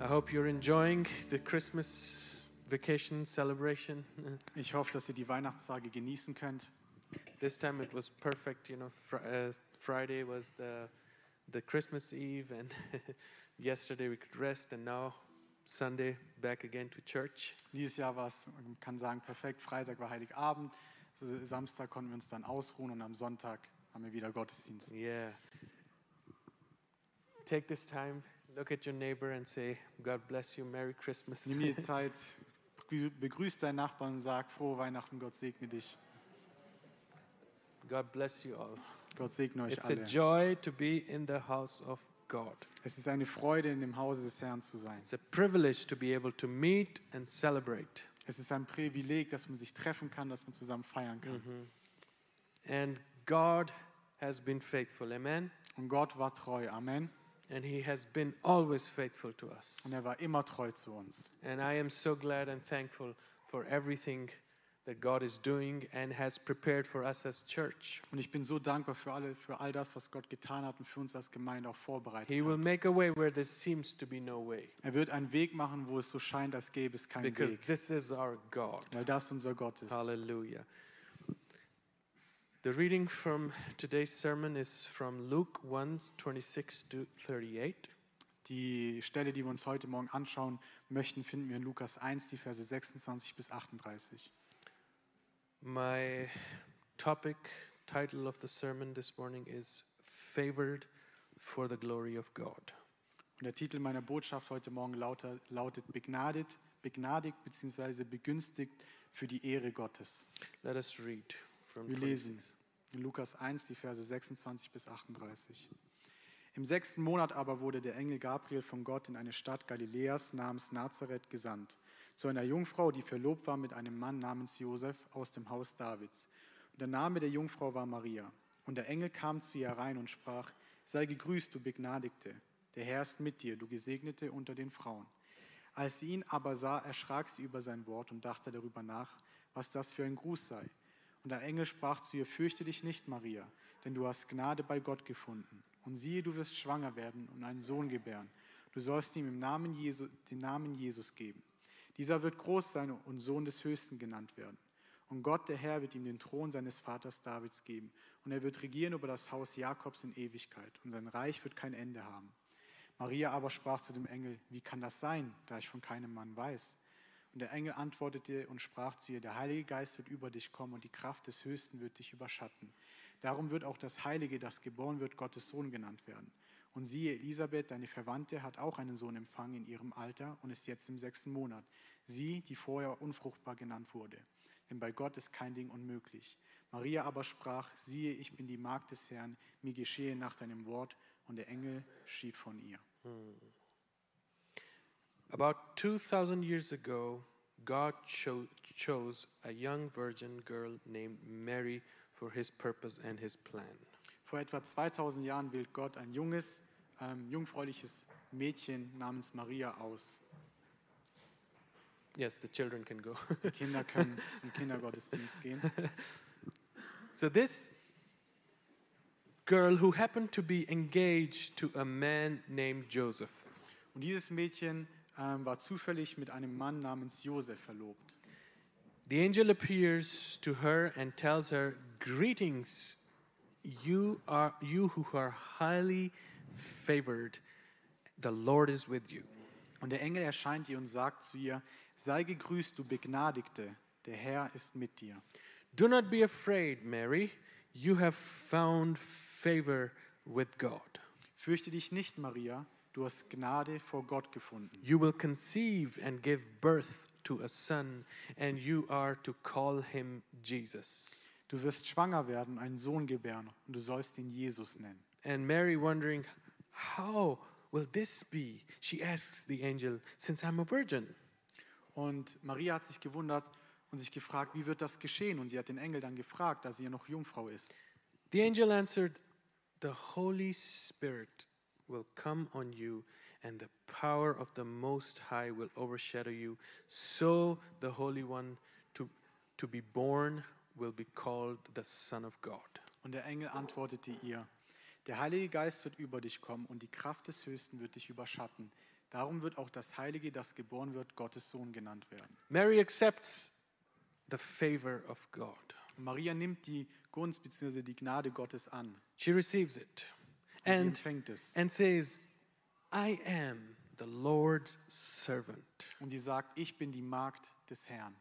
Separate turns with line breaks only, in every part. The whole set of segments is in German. I hope you're enjoying the Christmas vacation celebration.
Ich hoffe, dass ihr die Weihnachtstage genießen könnt.
This time it was perfect, you know. Fr uh, Friday was the the Christmas Eve, and yesterday we could rest, and now Sunday back again to church.
Dieses Jahr war es, man kann sagen, perfekt. Freitag war Heiligabend. So, Samstag konnten wir uns dann ausruhen und am Sonntag haben wir wieder Gottesdienst.
Yeah. Take this time, look at your neighbor, and say, "God bless you, Merry Christmas."
Nimm dir die Zeit, begrü- begrüß deinen Nachbarn und sag frohe Weihnachten, Gott segne dich.
God bless you all.
Gott segne euch
It's a
alle.
joy to be in the house of God.
Es ist eine Freude, in dem Hause des Herrn zu sein.
It's a privilege to be able to meet and celebrate.
Es ist ein Privileg, dass man sich treffen kann, dass man zusammen feiern kann.
Mhm. And God has been faithful, amen.
Und Gott war treu. Amen.
And He has been always faithful to us.
Und er war immer treu zu uns.
And I am so glad and thankful for everything that God is doing and has prepared for us as church.
Und ich bin so dankbar für, alle, für all das, was Gott getan hat und für uns als Gemeinde auch vorbereitet
He will
hat.
make a way where there seems to be no way
Er wird einen Weg machen, wo es so scheint, als gäbe es keinen
because
Weg.
this is our God.
Weil das unser Gott ist.
Hallelujah. The reading from today's sermon is from Luke 1 26 to 38.
Die Stelle, die wir uns heute Morgen anschauen möchten, finden wir in Lukas 1, die Verse 26 bis 38.
My topic, title of the sermon this morning is Favored for the Glory of God.
Und der Titel meiner Botschaft heute Morgen lautet, lautet Begnadet, begnadigt bzw. begünstigt für die Ehre Gottes.
Let us read from
Wir
26.
lesen in Lukas 1, die Verse 26 bis 38. Im sechsten Monat aber wurde der Engel Gabriel von Gott in eine Stadt Galiläas namens Nazareth gesandt, zu einer Jungfrau, die verlobt war mit einem Mann namens Josef aus dem Haus Davids. Und der Name der Jungfrau war Maria. Und der Engel kam zu ihr herein und sprach: Sei gegrüßt, du Begnadigte. Der Herr ist mit dir, du Gesegnete unter den Frauen. Als sie ihn aber sah, erschrak sie über sein Wort und dachte darüber nach, was das für ein Gruß sei. Und der Engel sprach zu ihr, fürchte dich nicht, Maria, denn du hast Gnade bei Gott gefunden. Und siehe, du wirst schwanger werden und einen Sohn gebären. Du sollst ihm im Namen Jesu, den Namen Jesus geben. Dieser wird groß sein und Sohn des Höchsten genannt werden. Und Gott, der Herr, wird ihm den Thron seines Vaters Davids geben. Und er wird regieren über das Haus Jakobs in Ewigkeit. Und sein Reich wird kein Ende haben. Maria aber sprach zu dem Engel, wie kann das sein, da ich von keinem Mann weiß? Und der Engel antwortete und sprach zu ihr, der Heilige Geist wird über dich kommen und die Kraft des Höchsten wird dich überschatten. Darum wird auch das Heilige, das geboren wird, Gottes Sohn genannt werden. Und siehe, Elisabeth, deine Verwandte, hat auch einen Sohn empfangen in ihrem Alter und ist jetzt im sechsten Monat. Sie, die vorher unfruchtbar genannt wurde. Denn bei Gott ist kein Ding unmöglich. Maria aber sprach, siehe, ich bin die Magd des Herrn, mir geschehe nach deinem Wort. Und der Engel schied von ihr.
About 2,000 years ago, God cho- chose a young virgin girl named Mary for his purpose and his plan.
Vor etwa 2000 Jahren wählt Gott ein junges, ähm, jungfräuliches Mädchen namens Maria aus.
Yes, the children can go.
Die Kinder können zum Kindergottesdienst gehen.
so, this girl who happened to be engaged to a man named Joseph.
Und dieses Mädchen ähm, war zufällig mit einem Mann namens Josef verlobt.
The angel appears to her and tells her, "Greetings, you are you who are highly favored. The Lord is with you."
Und der Engel erscheint ihr und sagt zu ihr, sei gegrüßt, du Begnadigte, der Herr ist mit dir.
Do not be afraid, Mary. You have found favor with God.
Fürchte dich nicht, Maria, du hast Gnade vor Gott gefunden.
You will conceive and give birth to a son, and you are to call him Jesus.
Du wirst schwanger werden, einen Sohn gebären und du sollst ihn Jesus nennen.
And Mary, wondering, How will this be? She asks the angel, Since I'm a virgin.
Und Maria hat sich gewundert und sich gefragt, wie wird das geschehen? Und sie hat den Engel dann gefragt, da sie ja noch Jungfrau ist.
The angel answered, The Holy Spirit will come on you, and the power of the Most High will overshadow you. So the Holy One to, to be born will be called the Son of God.
Und der Engel antwortete ihr, der Heilige Geist wird über dich kommen und die Kraft des Höchsten wird dich überschatten. Darum wird auch das Heilige, das geboren wird, Gottes Sohn genannt werden.
Mary accepts the favor of God.
Und Maria nimmt die Gunst bzw. die Gnade Gottes an.
She receives it
Und sie
and,
empfängt es.
and says, I am the Lord's servant.
Und sie sagt, ich bin die Magd des Herrn.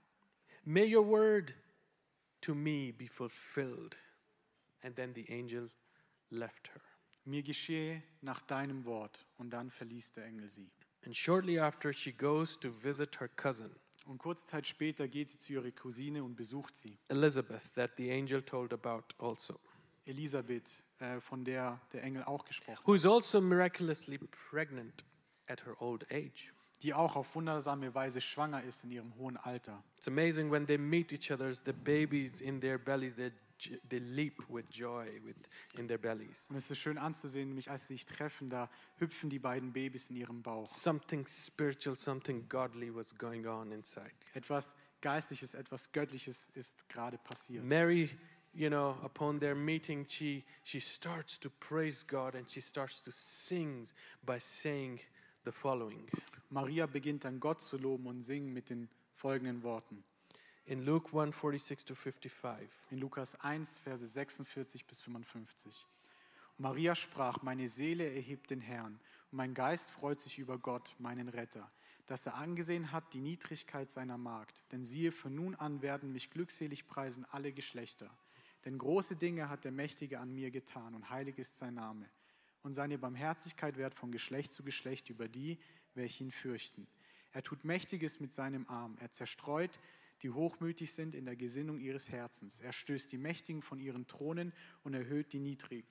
May your word to me be fulfilled. And then the angel left her.
Mir geschehe nach deinem Wort. Und dann verließ der Engel sie.
And shortly after, she goes to visit her cousin,
Und kurze Zeit später geht sie zu ihrer Cousine und besucht sie.
Elizabeth, that the angel told about also,
Elisabeth, äh, von der der Engel auch gesprochen
who is also miraculously pregnant at her old age.
hat, die auch auf wundersame Weise schwanger ist in ihrem hohen Alter.
It's amazing when they meet each other, the babies in their bellies, they, j- they leap with joy with, in their bellies.
Und es ist schön anzusehen, nämlich als sie sich treffen, da hüpfen die beiden Babys in ihrem Bauch.
Something spiritual, something godly was going on inside.
Etwas Geistliches, etwas Göttliches ist gerade passiert.
Mary, you know, upon their meeting, she, she starts to praise God and she starts to sing by saying the following.
Maria beginnt dann Gott zu loben und singen mit den folgenden Worten.
In Luke 1 46 to 55,
In Lukas 1, Verse 46 bis 55. Maria sprach, meine Seele erhebt den Herrn, und mein Geist freut sich über Gott, meinen Retter, dass er angesehen hat die Niedrigkeit seiner Magd. Denn siehe, von nun an werden mich glückselig preisen alle Geschlechter. Denn große Dinge hat der Mächtige an mir getan, und heilig ist sein Name. Und seine Barmherzigkeit währt von Geschlecht zu Geschlecht über die, welche ihn fürchten. Er tut Mächtiges mit seinem Arm. Er zerstreut, die hochmütig sind in der Gesinnung ihres Herzens. Er stößt die Mächtigen von ihren Thronen und erhöht die Niedrigen.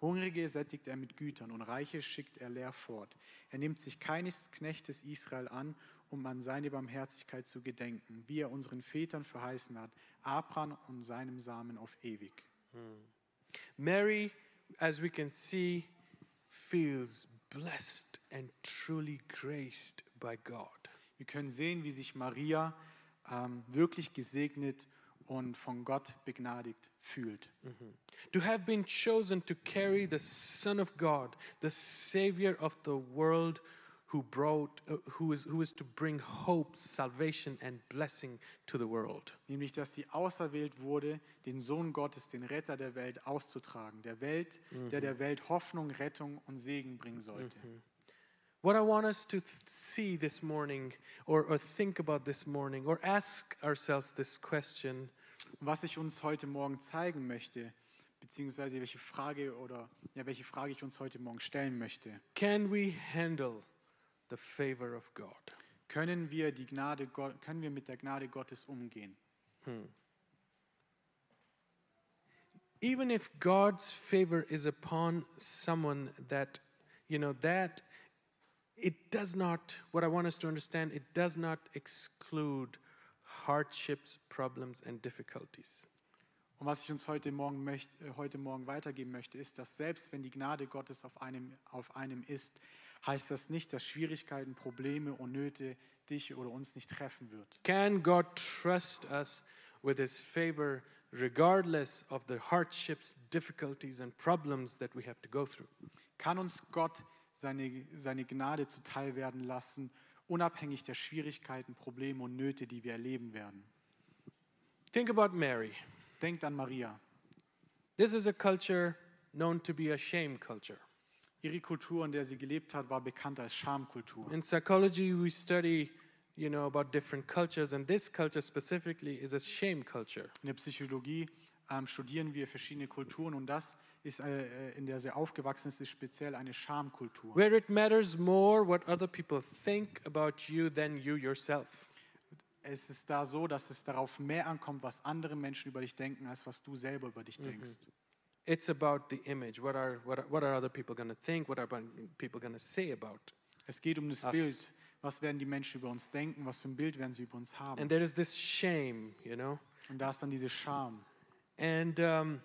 Hungrige sättigt er mit Gütern und Reiche schickt er leer fort. Er nimmt sich keines Knechtes Israel an, um an seine Barmherzigkeit zu gedenken, wie er unseren Vätern verheißen hat, Abraham und seinem Samen auf ewig.
Mary, as we can see, feels blessed and truly graced by God.
Wir können sehen, wie sich Maria ähm, wirklich gesegnet und von Gott begnadigt fühlt.
To have been chosen to carry the Son of God, the Savior of the world, who brought, uh, who is, who is to bring hope, salvation, and blessing to the world.
nämlich dass sie auserwählt wurde, den Sohn Gottes, den Retter der Welt auszutragen, der Welt, der der Welt Hoffnung, Rettung und Segen bringen sollte.
What I want us to th- see this morning, or, or think about this morning, or ask ourselves this question
Und was ich uns heute Morgen zeigen möchte, beziehungsweise welche Frage oder ja, welche Frage ich uns heute Morgen stellen möchte,
Can we handle the favor of God?
können wir die Gnade Gott, können wir mit der Gnade Gottes umgehen?
Even if God's favor is upon someone that, you know, that it does not, what I want us to understand, it does not exclude hardships, problems, and difficulties.
Und was ich uns heute Morgen, möcht, äh, heute Morgen weitergeben möchte, ist, dass selbst wenn die Gnade Gottes auf einem, auf einem ist, heißt das nicht, dass Schwierigkeiten, Probleme und Nöte dich oder uns nicht treffen wird.
Can God trust us with his favor regardless of the hardships, difficulties, and problems that we have to go through?
Kann uns Gott seine, seine Gnade zuteil werden lassen, unabhängig der Schwierigkeiten, Probleme und Nöte, die wir erleben werden?
Think about Mary.
Denkt an Maria.
This is a culture known to be a shame culture.
Ihre Kultur, in der sie gelebt hat, war bekannt als Schamkultur.
In psychology, we study, you know, about different cultures, and this culture specifically is a shame culture.
In der Psychologie ähm, studieren wir verschiedene Kulturen und das, ist, äh, äh, in der sie aufgewachsen ist, ist speziell eine Schamkultur.
Where it matters more what other people think about you than you yourself.
Es ist da so, dass es darauf mehr ankommt, was andere Menschen über dich denken, als was du selber über dich denkst.
It's about the image. What are, what are, what are other people going to think? What are people going to say about?
Es geht um das
Das-
Bild. Was werden die Menschen über uns denken? Was für ein Bild werden sie über uns haben?
And there is this shame, you know?
Und da ist dann diese Scham.
And, um,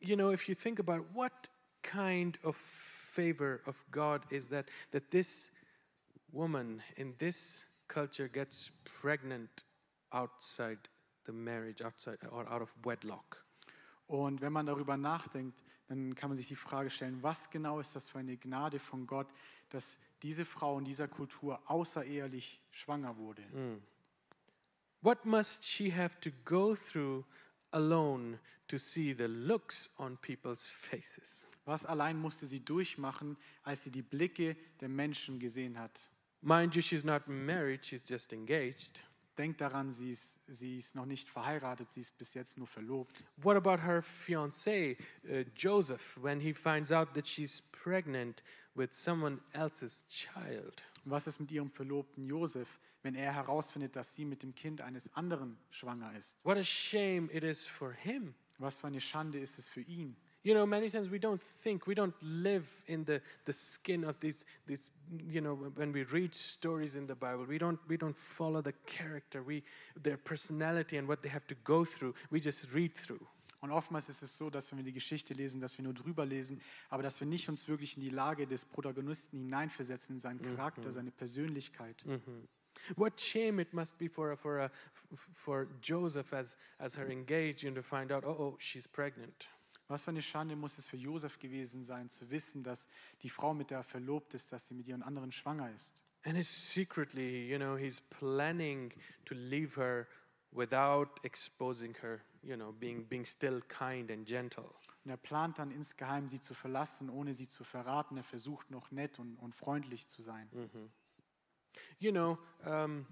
you know, if you think about what kind of favor of God is that, that this woman in this culture gets pregnant outside the marriage, outside or out of wedlock.
Und wenn man darüber nachdenkt, dann kann man sich die Frage stellen, was genau ist das für eine Gnade von Gott, dass diese Frau in dieser Kultur außerehelich schwanger wurde.
What must she have to go through alone to see the looks on people's faces?
Was allein musste sie durchmachen, als sie die Blicke der Menschen gesehen hat?
Mind you, she's not married, she's just engaged.
Denkt daran, sie ist, sie ist noch nicht verheiratet, sie ist bis jetzt nur verlobt.
What about her fiance, uh, Joseph, when he finds out that she's pregnant with someone else's child?
Und was ist mit ihrem Verlobten Josef, wenn er herausfindet, dass sie mit dem Kind eines anderen schwanger ist?
What a shame it is for him.
Was für eine Schande ist es für ihn?
You know, many times we don't think, we don't live in the, the skin of these, these, you know, when we read stories in the Bible, we don't, we don't follow the character, we, their personality and what they have to go through. We just read through.
Und oftmals ist es so, dass wenn wir die Geschichte lesen, dass wir nur drüber lesen, aber dass wir nicht uns wirklich in die Lage des Protagonisten hineinversetzen, in seinen Charakter, seine Persönlichkeit.
What shame it must be for, a, for, a, for Joseph as, as her engaged and to find out, oh, oh, she's pregnant.
Was für eine Schande muss es für Josef gewesen sein, zu wissen, dass die Frau, mit der er verlobt ist, dass sie mit ihren anderen schwanger ist.
And he's secretly, you know, he's planning to leave her without exposing her, you know, being, being still kind and gentle.
Und er plant dann insgeheim, sie zu verlassen, ohne sie zu verraten. Er versucht noch nett und, und freundlich zu sein.
You know, um,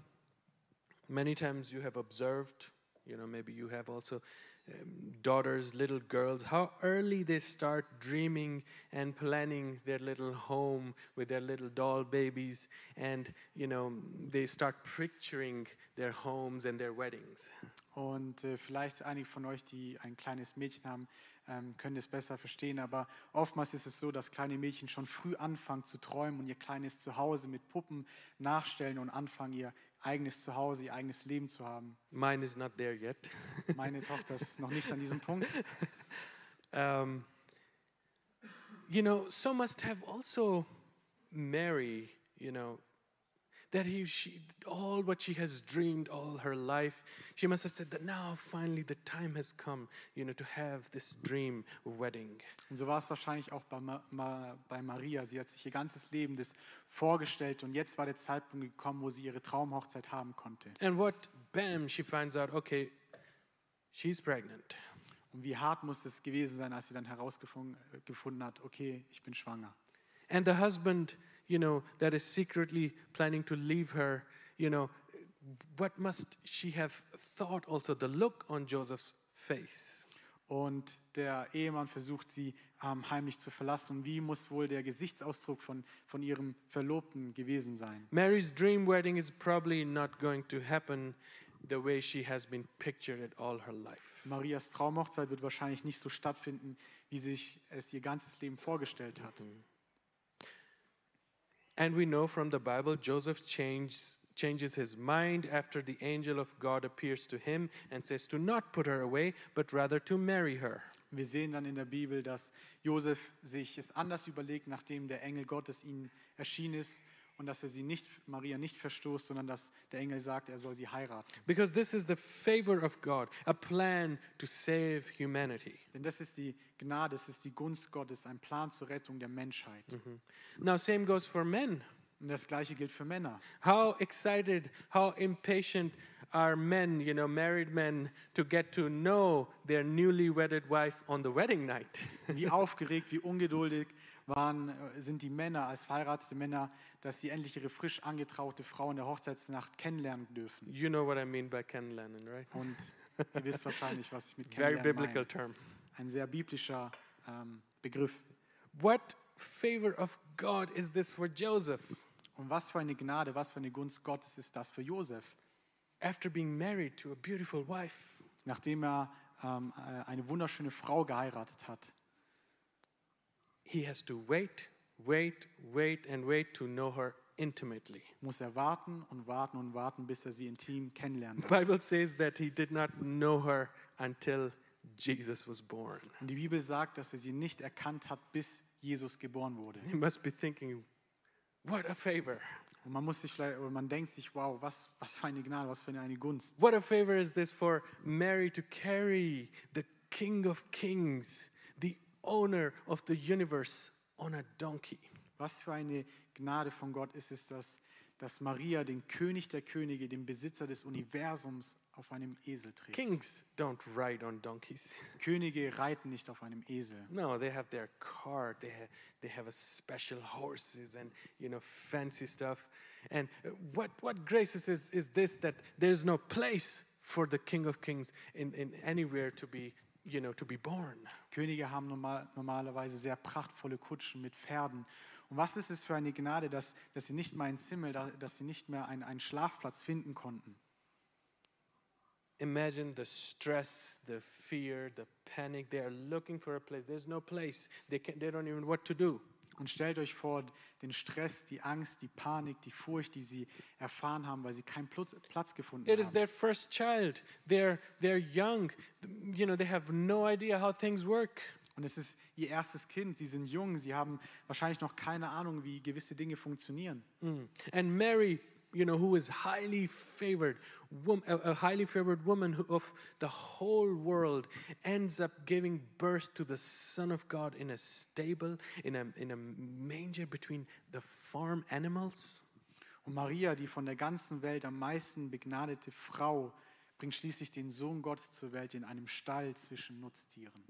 many times you have observed, you know, maybe you have also um, daughters, little girls, how early they start dreaming and planning their little home with their little doll babies. And, you know, they start picturing their homes and their weddings.
Und äh, vielleicht einige von euch, die ein kleines Mädchen haben, ähm, können es besser verstehen. Aber oftmals ist es so, dass kleine Mädchen schon früh anfangen zu träumen und ihr kleines Zuhause mit Puppen nachstellen und anfangen, ihr eigenes Zuhause, ihr eigenes Leben zu haben.
Mine is not there yet.
Meine Tochter ist noch nicht an diesem Punkt.
um, you know, so must have also Mary, you know, that he, she, all what she has dreamed all her life, she must have said that now finally the time has come, you know, to have this dream wedding.
Und so war es wahrscheinlich auch bei, Ma Ma bei Maria. Sie hat sich ihr ganzes Leben das vorgestellt und jetzt war der Zeitpunkt gekommen, wo sie ihre Traumhochzeit haben konnte.
And what, bam, she finds out, okay, she's pregnant.
Und wie hart muss es gewesen sein, als sie dann herausgefunden äh, gefunden hat, okay, ich bin schwanger.
And the husband, you know, that is secretly planning to leave her, you know, what must she have thought also? The look on Joseph's face.
Und der Ehemann versucht sie ähm, heimlich zu verlassen. Und wie muss wohl der Gesichtsausdruck von, von ihrem Verlobten gewesen sein?
Mary's dream wedding is probably not going to happen the way she has been pictured it all her life.
Marias Traumhochzeit wird wahrscheinlich nicht so stattfinden, wie sich es ihr ganzes Leben vorgestellt hat.
And we know from the Bible, Joseph changes, changes his mind after the angel of God appears to him and says to not put her away, but rather to marry her.
Wir sehen dann in der Bibel, dass Josef sich es anders überlegt, nachdem der Engel Gottes ihm erschienen ist und dass er sie nicht, Maria nicht verstoßt, sondern dass der Engel sagt, er soll sie heiraten.
Because this is the favor of God, a plan to save humanity.
Denn das ist die Gnade, das ist die Gunst Gottes, ein Plan zur Rettung der Menschheit.
Mhm. Now, same goes for men.
Und das Gleiche gilt für Männer.
How excited, how impatient are men, you know, married men, to get to know their newly wedded wife on the wedding night.
Wie aufgeregt, wie ungeduldig waren, äh, sind die Männer als verheiratete Männer, dass sie endlich ihre frisch angetraute Frau in der Hochzeitsnacht kennenlernen dürfen.
You know what I mean by Ken Lennon, right?
Und ihr wisst wahrscheinlich, was ich mit
Very
kennenlernen
biblical
meine.
term.
Ein sehr biblischer ähm, Begriff.
What favor of God is this for Joseph?
Und was für eine Gnade, was für eine Gunst Gottes ist das für Josef,
After being married to a beautiful wife,
nachdem er ähm, äh, eine wunderschöne Frau geheiratet hat.
he has to wait, wait, wait, and wait to know her intimately.
Muss er warten und warten und warten, bis er sie intim kennenlernt.
Bible says that he did not know her until Jesus was born.
Und die Bibel sagt, dass er sie nicht erkannt hat, bis Jesus geboren wurde.
He must be thinking, what a favor.
Und man muss sich vielleicht, oder man denkt sich, wow, was, was für eine Gnade, was für eine Gunst.
What a favor is this for Mary to carry the King of Kings, the owner of the universe, on a donkey.
Was für eine Gnade von Gott ist es, dass, dass Maria den König der Könige, den Besitzer des Universums, auf einem Esel trägt.
Kings don't ride on donkeys.
Könige reiten nicht auf einem Esel.
No, they have their cart. They have, they have a special horses and you know fancy stuff. And uh, what what graces is is this that there's no place for the King of Kings in, in anywhere to be you know to be born.
Könige haben normal, normalerweise sehr prachtvolle Kutschen mit Pferden. Und was ist es für eine Gnade, dass, dass sie nicht mal ein Zimmel, da- dass sie nicht mehr einen, einen Schlafplatz finden konnten.
Imagine the stress, the fear, the panic. They are looking for a place. There's no place. They can, they don't even know what to do.
Und stellt euch vor, den Stress, die Angst, die Panik, die Furcht, die sie erfahren haben, weil sie keinen Platz, Platz gefunden
It is
haben.
their first child. They're they're young. You know they have no idea how things work.
Und es ist ihr erstes Kind, sie sind jung, sie haben wahrscheinlich noch keine Ahnung, wie gewisse Dinge funktionieren.
Mm. And Mary, you know, who is highly favored, wom- a a highly favored woman who- of the whole world, ends up giving birth to the Son of God in a stable, in a, in a manger between the farm animals.
Und Maria, die von der ganzen Welt am meisten begnadete Frau, bringt schließlich den Sohn Gottes zur Welt in einem Stall zwischen Nutztieren.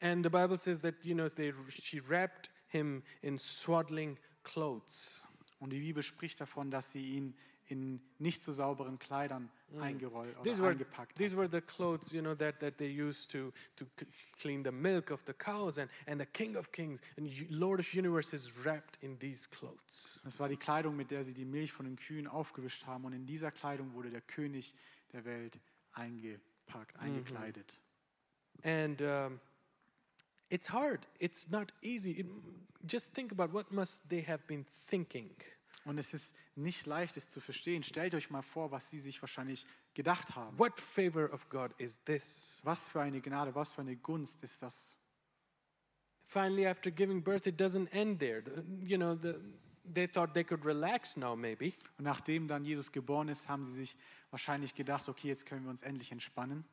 And the Bible says that, you know, they, she wrapped him in swaddling clothes.
Und die Bibel spricht davon, dass sie ihn in nicht so sauberen Kleidern eingerollt
Mm. These
oder
were,
eingepackt hat.
these were the clothes, you know, that, that they used to, to c- clean the milk of the cows, and, and the King of Kings and u- Lord of Universe is wrapped in these clothes.
Das war die Kleidung, mit der sie die Milch von den Kühen aufgewischt haben. Und in dieser Kleidung wurde der König der Welt
Mhm.
eingepackt, eingekleidet.
And um, it's hard. It's not easy. It, just think about what must they have been thinking.
Und es ist nicht leicht, es zu verstehen. Stellt euch mal vor, was sie sich wahrscheinlich gedacht haben.
What favor of God is this?
Was für eine Gnade, was für eine Gunst ist das?
Finally, after giving birth, it doesn't end there. The- you know, the, they thought they could relax now, maybe.
Und nachdem dann Jesus geboren ist, haben sie sich wahrscheinlich gedacht, okay, jetzt können wir uns endlich entspannen.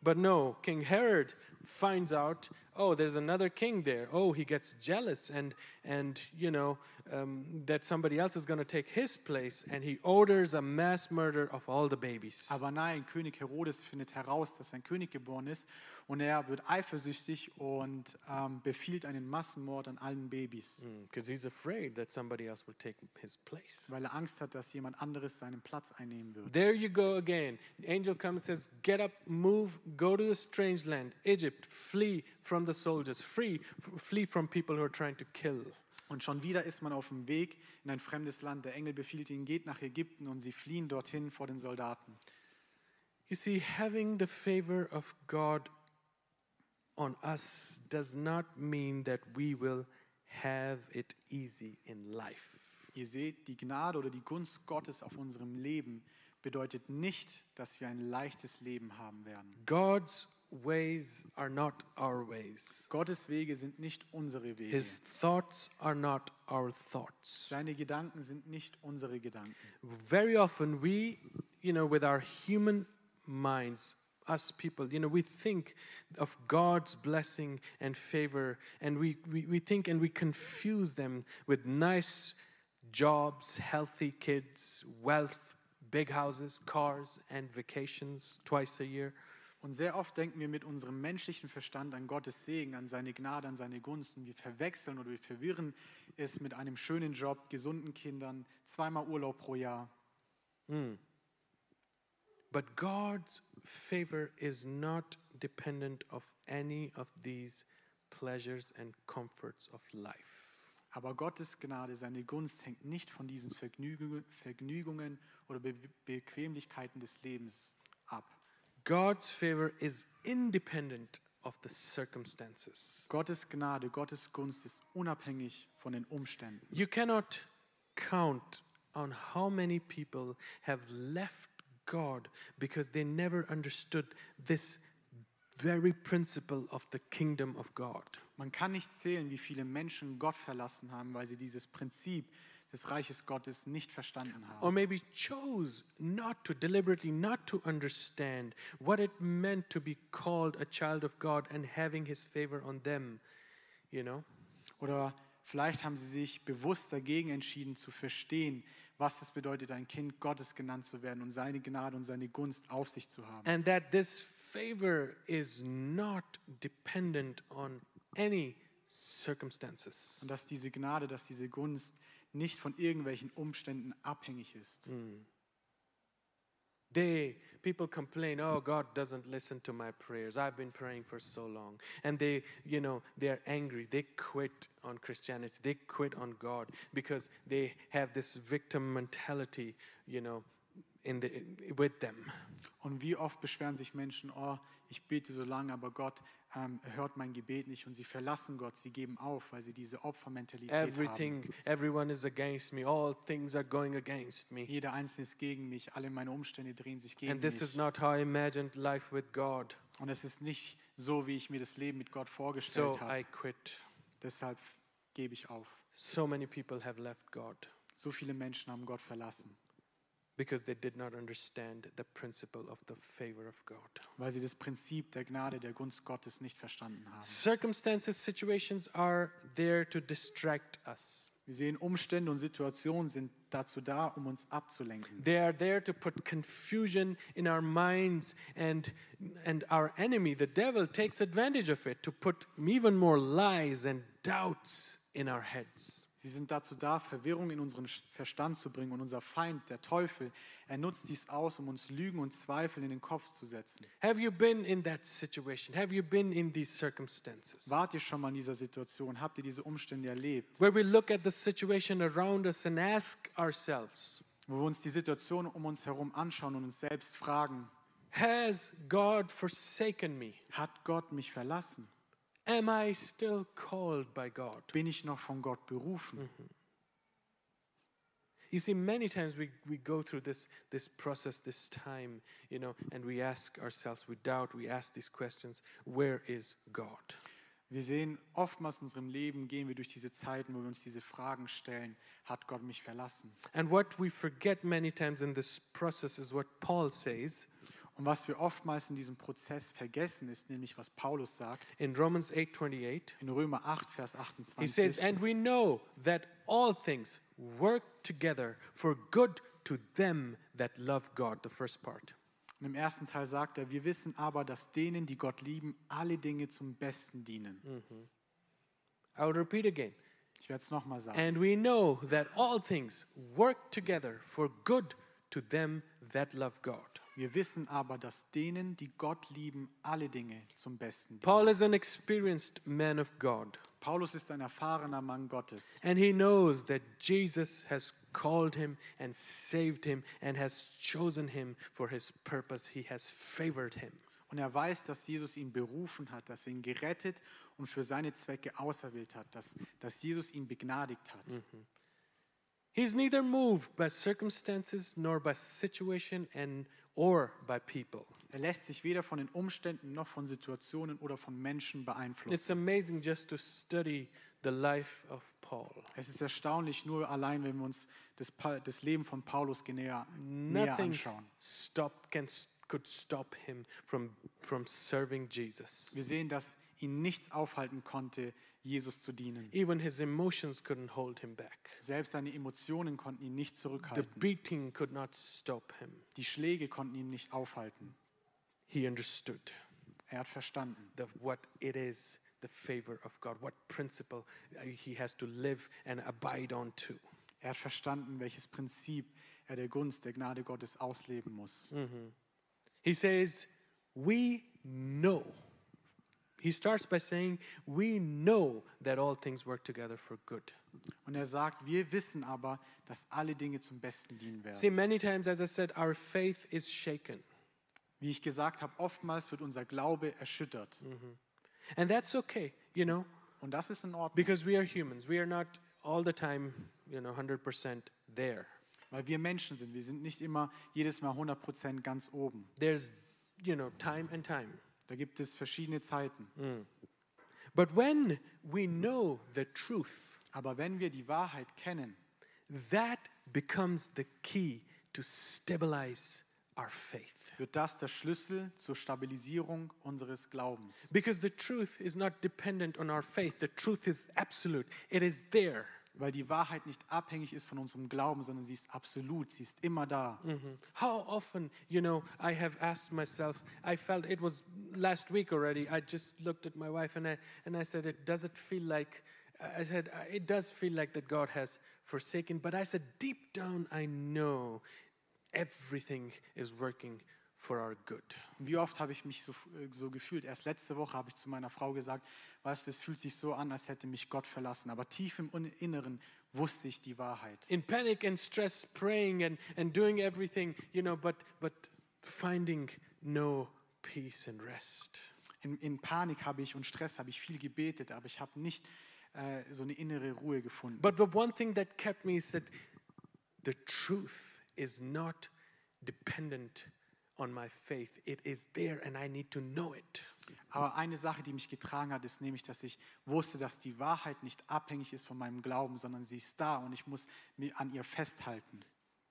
But no, King Herod finds out, oh, there's another king there. Oh, he gets jealous and and you know um, that somebody else is going to take his place, and he orders a mass murder of all the babies.
Aber nein, König Herodes findet heraus, dass ein König geboren ist und er wird eifersüchtig und ähm, befiehlt einen Massenmord an allen Babys,
Because hmm, he's afraid that somebody else will take his place.
weil er Angst hat, dass jemand anderes seinen Platz einnehmen wird.
There you go again. The angel comes and says, Get up, move, go to a strange land, Egypt, flee from the soldiers, free, f- flee from people who are trying to kill.
Und schon wieder ist man auf dem Weg in ein fremdes Land. Der Engel befiehlt ihnen, geht nach Ägypten und sie fliehen dorthin vor den Soldaten.
You see, having the favor of God on us does not mean that we will have it easy in life.
Ihr seht, die Gnade oder die Gunst Gottes auf unserem Leben bedeutet nicht, dass wir ein leichtes Leben haben werden.
God's ways are not our ways,
Gottes Wege sind nicht unsere Wege.
His thoughts are not our thoughts.
Seine Gedanken sind nicht unsere Gedanken.
very often we you know with our human minds us people you know we think of god's blessing and favor and we we, we think and we confuse them with nice jobs healthy kids wealth big houses cars and vacations twice a year
Und sehr oft denken wir mit unserem menschlichen Verstand an Gottes Segen, an seine Gnade, an seine Gunst. Und wir verwechseln oder wir verwirren es mit einem schönen Job, gesunden Kindern, zweimal Urlaub pro Jahr.
but god's favor is not dependent of any of these pleasures and comforts of life
Aber Gottes Gnade, seine Gunst hängt nicht von diesen Vergnüge- Vergnügungen oder Be Bequemlichkeiten des Lebens ab.
God's favor is independent of the circumstances.
Gottes Gnade, Gottes Gunst ist unabhängig von den Umständen.
You cannot count on how many people have left God because they never understood this very principle of the kingdom of God.
Man kann nicht zählen, wie viele Menschen Gott verlassen haben, weil sie dieses Prinzip des Reiches Gottes nicht verstanden haben.
Or maybe chose not to, deliberately not to understand what it meant to be called a child of God and having his favor on them, you know?
Oder Vielleicht haben sie sich bewusst dagegen entschieden zu verstehen, was es bedeutet, ein Kind Gottes genannt zu werden und seine Gnade und seine Gunst auf sich zu haben.
and that this favor is not dependent on any circumstances.
Und dass diese Gnade, dass diese Gunst nicht von irgendwelchen Umständen abhängig ist.
They people complain, "Oh God doesn't listen to my prayers. I've been praying for so long." And they, you know, they are angry. They quit on Christianity. They quit on God because they have this victim mentality, you know, in the with them.
Und wie oft beschweren sich Menschen, oh, ich bete so lange, aber Gott ähm, hört mein Gebet nicht und sie verlassen Gott, sie geben auf, weil sie diese Opfermentalität haben.
Everything, everyone is against me. All things are going against me.
Jeder Einzelne ist gegen mich, alle meine Umstände drehen sich gegen
And this is
mich.
not how I imagined life with God.
Und es ist nicht so, wie ich mir das Leben mit Gott vorgestellt
So
habe.
I quit.
Deshalb gebe ich auf.
So many people have left God
So viele Menschen haben Gott verlassen,
because they did not understand the principle of the favor of God.
weil sie das Prinzip der Gnade, der Gunst Gottes nicht verstanden haben.
Circumstances, situations are there to distract us.
Wir sehen, Umstände und Situationen sind dazu da, um uns abzulenken.
They are there to put confusion in our minds and and our enemy, the devil, takes advantage of it to put even more lies and doubts in our heads.
Sie sind dazu da, Verwirrung in unseren Sch- Verstand zu bringen. Und unser Feind, der Teufel, er nutzt dies aus, um uns Lügen und Zweifel in den Kopf zu setzen.
Have you been in that situation? Have you been in these circumstances?
Wart ihr schon mal in dieser Situation? Habt ihr diese Umstände erlebt?
where we look at the situation around us and ask ourselves,
Wo wir uns die Situation um uns herum anschauen und uns selbst fragen,
Has God forsaken me?
hat Gott mich verlassen?
Am I still called by God?
Bin ich noch von Gott berufen?
Mhm. You see, many times we, we go through this, this process, this time, you know, and we ask ourselves, we doubt, we ask these questions, where is God?
Wir sehen, oftmals in unserem Leben gehen wir durch diese Zeiten, wo wir uns diese Fragen stellen, hat Gott mich verlassen?
And what we forget many times in this process is what Paul says
Und was wir oftmals in diesem Prozess vergessen, ist nämlich, was Paulus sagt
in Romans 8:28.
in Römer 8, Vers
He says,
28.
And we know that all things work together for good to them that love God, the first part.
Und im ersten Teil sagt er, wir wissen aber, dass denen, die Gott lieben, alle Dinge zum Besten dienen.
Mhm. I will repeat again.
Ich werde es nochmal sagen.
And we know that all things work together for good to them that love God.
Wir wissen aber, dass denen, die Gott lieben, alle Dinge zum Besten dienen.
Paul is an experienced man of God,
Paulus ist ein erfahrener Mann Gottes.
and he knows that Jesus has called him and saved him and has chosen him for his purpose. He has favored him.
Und er weiß, dass Jesus ihn berufen hat, dass er ihn gerettet und für seine Zwecke auserwählt hat, dass, dass Jesus ihn begnadigt hat.
Mhm. He's neither moved by circumstances nor by situation and or by people.
Er lässt sich weder von den Umständen noch von Situationen oder von Menschen
It's
beeinflussen.
amazing just to study the life of Paul.
Es ist erstaunlich, nur allein, wenn wir uns das, Pa- das Leben von Paulus näher, näher
Nothing
anschauen.
stop can could stop him from from serving Jesus.
Wir sehen, dass ihn nichts aufhalten konnte, Jesus zu dienen.
Even his emotions couldn't hold him back.
Selbst seine Emotionen konnten ihn nicht
The
zurückhalten.
beating could not stop him.
Die Schläge konnten ihn nicht aufhalten.
He understood
Er hat verstanden.
the, what it is, the favor of God, what principle uh, he has to live and abide on to.
Er hat verstanden, welches Prinzip er der Gunst, der Gnade Gottes ausleben muss.
He says, We know. He starts by saying, We know that all things work together for good.
Und er sagt, wir wissen aber, dass alle Dinge zum Besten dienen
See,
werden.
many times, as I said, our faith is shaken.
Wie ich gesagt habe, oftmals wird unser Glaube erschüttert.
And that's okay, you know,
Und das ist in Ordnung,
because we are humans. We are not all the time, you know, 100% there.
weil wir Menschen sind. Wir sind nicht immer jedes Mal 100% ganz oben.
There's, you know, time and time.
Da gibt es verschiedene Zeiten.
But when we know the truth,
Aber wenn wir die Wahrheit kennen,
that becomes the key to stabilize our faith.
wird das der Schlüssel zur Stabilisierung unseres Glaubens.
Because the truth is not dependent on our faith, the truth is absolute, it is there.
Weil die Wahrheit nicht abhängig ist von unserem Glauben, sondern sie ist absolut, sie ist immer da.
Mm-hmm. How often, you know, I have asked myself, I felt it was last week already. I just looked at my wife and I, and I said, it doesn't feel like, I said, "Uh, it does feel like that God has forsaken. But I said, deep down, I know everything is working for our good.
Und Wie oft habe ich mich so, äh, so gefühlt? Erst letzte Woche habe ich zu meiner Frau gesagt, weißt du, es fühlt sich so an, als hätte mich Gott verlassen. Aber tief im Inneren wusste ich die Wahrheit.
In panic and stress, praying and, and doing everything, you know, but, but finding no peace and rest.
In, in Panik habe ich und Stress habe ich viel gebetet, aber ich habe nicht äh, so eine innere Ruhe gefunden.
But the one thing that kept me is that the truth is not dependent on my faith. It is there and I need to know it.
Aber eine Sache, die mich getragen hat, ist nämlich, dass ich wusste, dass die Wahrheit nicht abhängig ist von meinem Glauben, sondern sie ist da und ich muss mir an ihr festhalten.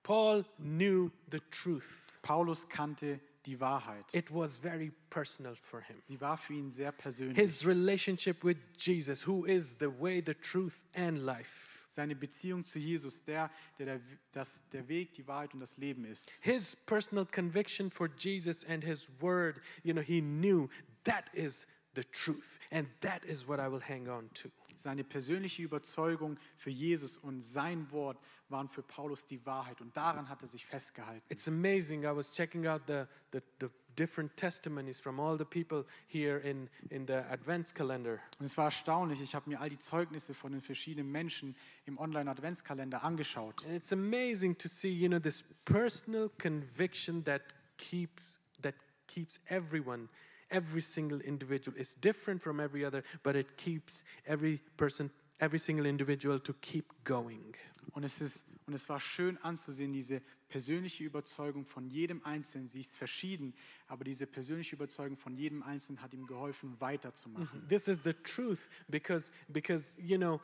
Paul knew the truth,
Paulus kannte die Wahrheit.
it was very personal for him.
Sie war für ihn sehr persönlich.
His relationship with Jesus, who is the way, the truth, and life.
Seine Beziehung zu Jesus, der, der, der, das, der Weg, die Wahrheit und das Leben ist.
His personal conviction for Jesus and his word, you know, he knew that is the truth and that is what I will hang on to.
Seine persönliche Überzeugung für Jesus und sein Wort waren für Paulus die Wahrheit und daran hat er sich festgehalten.
It's amazing. I was checking out the, the, the different testimonies from all the people here in, in the Advent calendar.
Und es war erstaunlich, ich habe mir all die Zeugnisse von den verschiedenen Menschen im Online-Adventskalender angeschaut.
And it's amazing to see, you know, this personal conviction that keeps, that keeps everyone, every single individual. It's different from every other, but it keeps every person, every single individual to keep going.
Und es, ist, und es war schön anzusehen, diese persönliche Überzeugung von jedem Einzelnen, sie ist verschieden, aber diese persönliche Überzeugung von jedem Einzelnen hat ihm geholfen, weiterzumachen.
This is the truth because, because you know,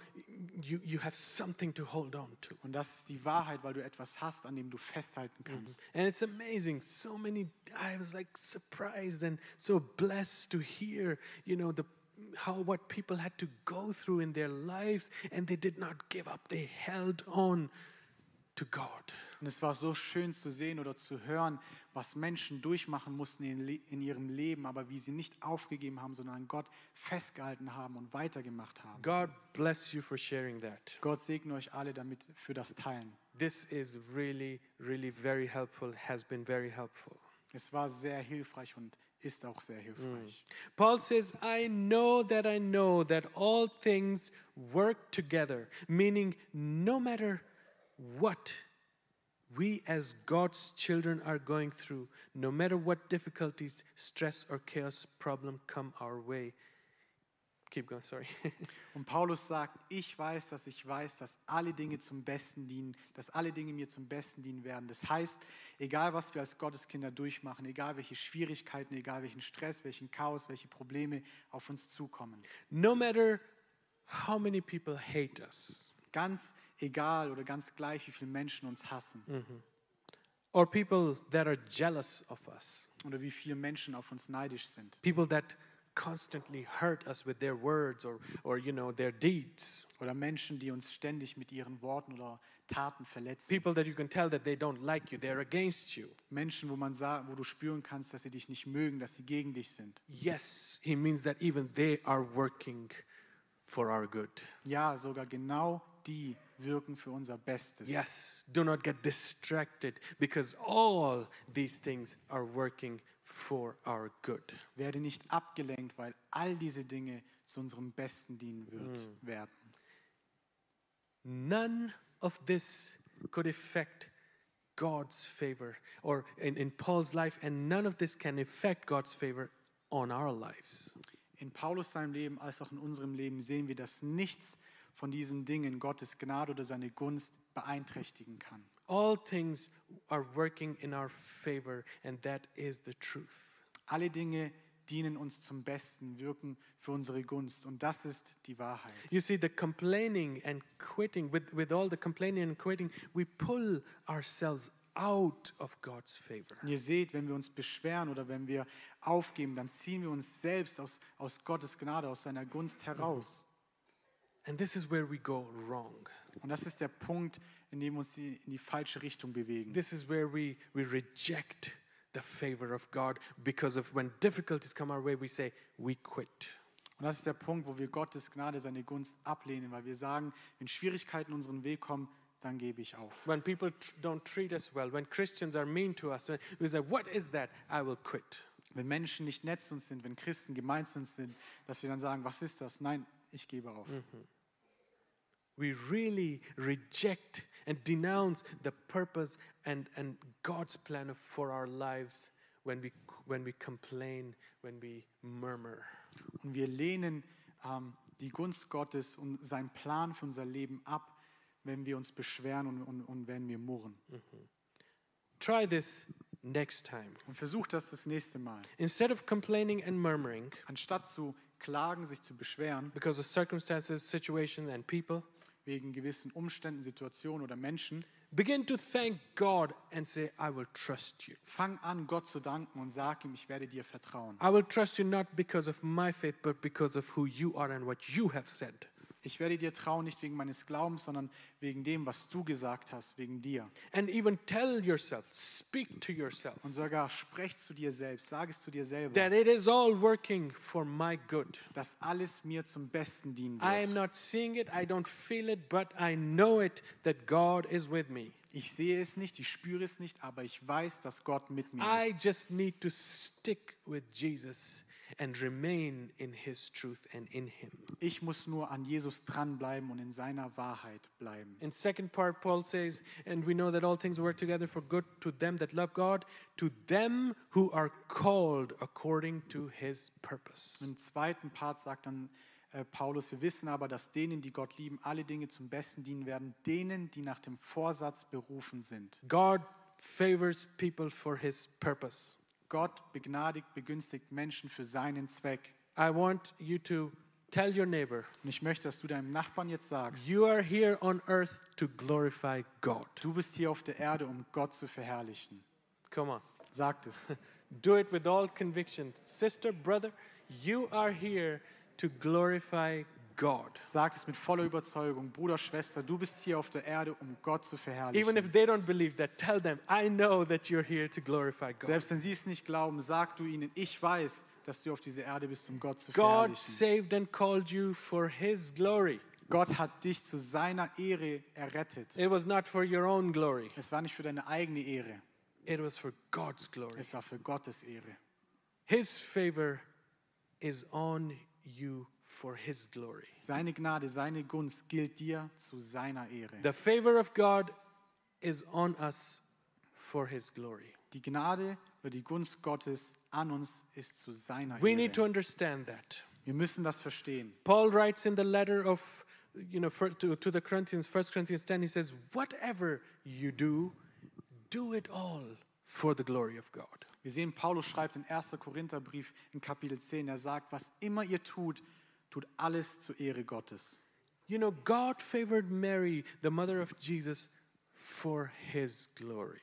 you, you have something to hold on to.
Und das ist die Wahrheit, weil du etwas hast, an dem du festhalten kannst.
And it's amazing. So many, I was like surprised and so blessed to hear, you know, the how what people had to go through in their lives, and they did not give up. They held on to God.
Und es war so schön zu sehen oder zu hören, was Menschen durchmachen mussten in, Le- in ihrem Leben, aber wie sie nicht aufgegeben haben, sondern an Gott festgehalten haben und weitergemacht haben.
God bless you for sharing that.
Gott segne euch alle damit für das Teilen.
This is really, really very helpful, has been very helpful.
Es war sehr hilfreich und ist auch sehr hilfreich.
Paul says, I know that I know that all things work together, meaning no matter what we as God's children are going through, no matter what difficulties, stress, or chaos problem come our way. Keep going, sorry.
Und Paulus sagt, ich weiß, dass ich weiß, dass alle Dinge zum Besten dienen, dass alle Dinge mir zum Besten dienen werden. Das heißt, egal was wir als Gotteskinder durchmachen, egal welche Schwierigkeiten, egal welchen Stress, welchen Chaos, welche Probleme auf uns zukommen,
no matter how many people hate us,
ganz egal oder ganz gleich, wie viele Menschen uns hassen
or people that are jealous of us,
oder wie viele Menschen auf uns neidisch sind
people that constantly hurt us with their words or, or you know, their deeds.
oder Menschen, die uns ständig mit ihren Worten oder Taten verletzen.
people that you can tell that they don't like you, they're against you.
Menschen, wo man sah, wo du spüren kannst, dass sie dich nicht mögen, dass sie gegen dich sind.
Yes, he means that even they are working for our good.
Ja, sogar genau die wirken für unser Bestes.
Yes, do not get distracted because all these things are working for our good.
Werde nicht abgelenkt, weil all diese Dinge zu unserem Besten dienen wird, werden.
None of this could affect God's favor or in, in Paul's life, and none of this can affect God's favor on our lives.
In Paulus seinem Leben als auch in unserem Leben sehen wir, dass nichts von diesen Dingen Gottes Gnade oder seine Gunst beeinträchtigen kann.
All things are working in our favor, and that is the truth.
Alle Dinge dienen uns zum Besten, wirken für unsere Gunst und das ist die Wahrheit.
You see, the complaining and quitting, with, with all the complaining and quitting, we pull ourselves out of God's favor.
Und ihr seht, wenn wir uns beschweren oder wenn wir aufgeben, dann ziehen wir uns selbst aus, aus Gottes Gnade, aus seiner Gunst heraus.
And this is where we go wrong.
Und das ist der Punkt, in dem wir uns die, in die falsche Richtung bewegen.
This is where we, we reject the favor of God because of when difficulties come our way, we say, we quit.
Und das ist der Punkt, wo wir Gottes Gnade, seine Gunst ablehnen, weil wir sagen, wenn Schwierigkeiten unseren Weg kommen, dann gebe ich auf.
When people tr- don't treat us well, when Christians are mean to us, when we say, What is that? I will quit.
Wenn Menschen nicht nett zu uns sind, wenn Christen gemein zu uns sind, dass wir dann sagen, was ist das? Nein, ich gebe auf.
We really reject and denounce the purpose and, and God's plan of- for our lives when we, when we complain, when we murmur.
Und wir lehnen ähm, die Gunst Gottes und seinen Plan für unser Leben ab, wenn wir uns beschweren und, und, und wenn wir murren.
Try this next time.
Und versucht das das nächste Mal.
Instead of complaining and murmuring
Anstatt zu klagen, sich zu beschweren
because of circumstances, situation, and people,
wegen gewissen Umständen, Situationen oder Menschen,
begin to thank God and say, I will trust you.
fang an, Gott zu danken und sag ihm, ich werde dir vertrauen.
I will trust you not because of my faith, but because of who you are and what you have said.
Ich werde dir trauen, nicht wegen meines Glaubens, sondern wegen dem, was du gesagt hast, wegen dir.
And even tell yourself, speak to yourself,
Und sogar sprech zu dir selbst, sag es zu dir selber,
that it is all working for my good.
dass alles mir zum Besten dienen
I am
wird.
not seeing it, I don't feel it, but I know it that God is with me.
Ich sehe es nicht, ich spüre es nicht, aber ich weiß, dass Gott mit mir
I
ist.
just need to stick with Jesus and remain in his truth and in him.
Ich muss nur an Jesus dranbleiben und in seiner Wahrheit bleiben.
In second part, Paul says, and we know that all things work together for good to them that love God, to them who are called according to his purpose.
Im zweiten Part sagt dann äh, Paulus, wir wissen aber, dass denen, die Gott lieben, alle Dinge zum Besten dienen werden, denen, die nach dem Vorsatz berufen sind.
God favors people for his purpose.
Gott begnadigt, begünstigt Menschen für seinen Zweck.
I want you to tell your neighbor,
Und ich möchte, dass du deinem Nachbarn jetzt sagst,
you are here on earth to glorify God.
du bist hier auf der Erde, um Gott zu verherrlichen.
Come on.
Sagt es.
Do it with all conviction. Sister, brother, you are here to glorify God.
Sag es mit voller Überzeugung. Bruder, Schwester, du bist hier auf der Erde, um Gott zu
Even
verherrlichen.
if they don't believe that, tell them, I know that you're here to glorify God.
Selbst wenn sie es nicht glauben, sag du ihnen, ich weiß, dass du auf dieser Erde bist, um Gott zu
God
verherrlichen.
saved and called you for His glory.
Gott hat dich zu seiner Ehre errettet.
It was not for your own glory,
Es war nicht für deine eigene Ehre,
it was for God's glory.
es war für Gottes Ehre.
His favor is on you for His glory.
Seine Gnade, seine Gunst gilt dir zu seiner Ehre.
The favor of God is on us for His glory.
Die Gnade oder die Gunst Gottes an uns ist zu seiner
We need to
Ehre.
understand that.
Wir müssen das verstehen.
Paul writes in the letter of you know for, to, to the Corinthians, 1 Corinthians 10, he says, Whatever you do, do it all for the glory of God.
Wir sehen, Paulus schreibt in 1. Korintherbrief in Kapitel 10, er sagt, was immer ihr tut, tut alles zur Ehre Gottes.
You know, God favored Mary, the mother of Jesus, for his glory.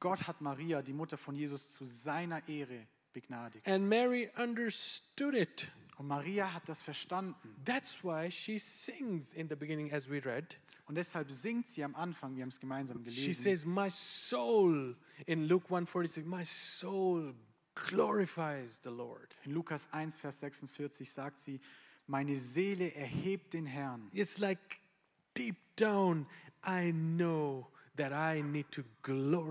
Gott hat Maria, die Mutter von Jesus, zu seiner Ehre begnadigt.
And Mary understood it.
Und Maria hat das verstanden.
That's why she sings in the beginning, as we read.
Und deshalb singt sie am Anfang, wir haben es gemeinsam
She
gelesen.
says, My soul, in Luke 146, my soul glorifies the Lord.
In Lukas 1, Vers 46 sagt sie, meine Seele erhebt den Herrn.
It's like deep down, I know that I need to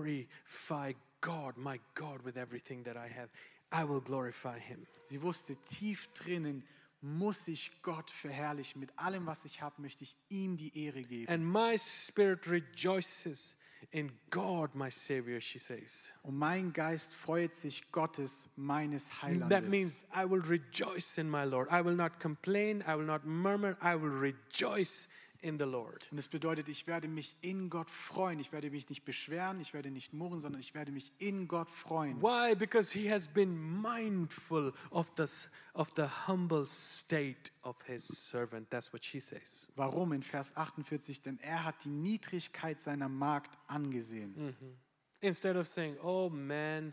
glorify God, my God, with everything that I have. I will glorify him.
Sie wusste tief drinnen, muss ich Gott verherrlichen. Mit allem, was ich habe, möchte ich ihm die Ehre geben.
And my spirit rejoices in God, my Savior, she says.
Und mein Geist freut sich Gottes, meines
That
Heilandes.
means I will rejoice in my Lord. I will not complain. I will not murmur. I will rejoice in the Lord.
Und es bedeutet, ich werde mich in Gott freuen. Ich werde mich nicht beschweren, ich werde nicht murren, sondern ich werde mich in Gott freuen.
Why? Because he has been mindful of, this, of the humble state of his servant. That's what she says. Hm.
Warum? In Vers 48, denn er hat die Niedrigkeit seiner Magd angesehen.
Instead of saying, oh man,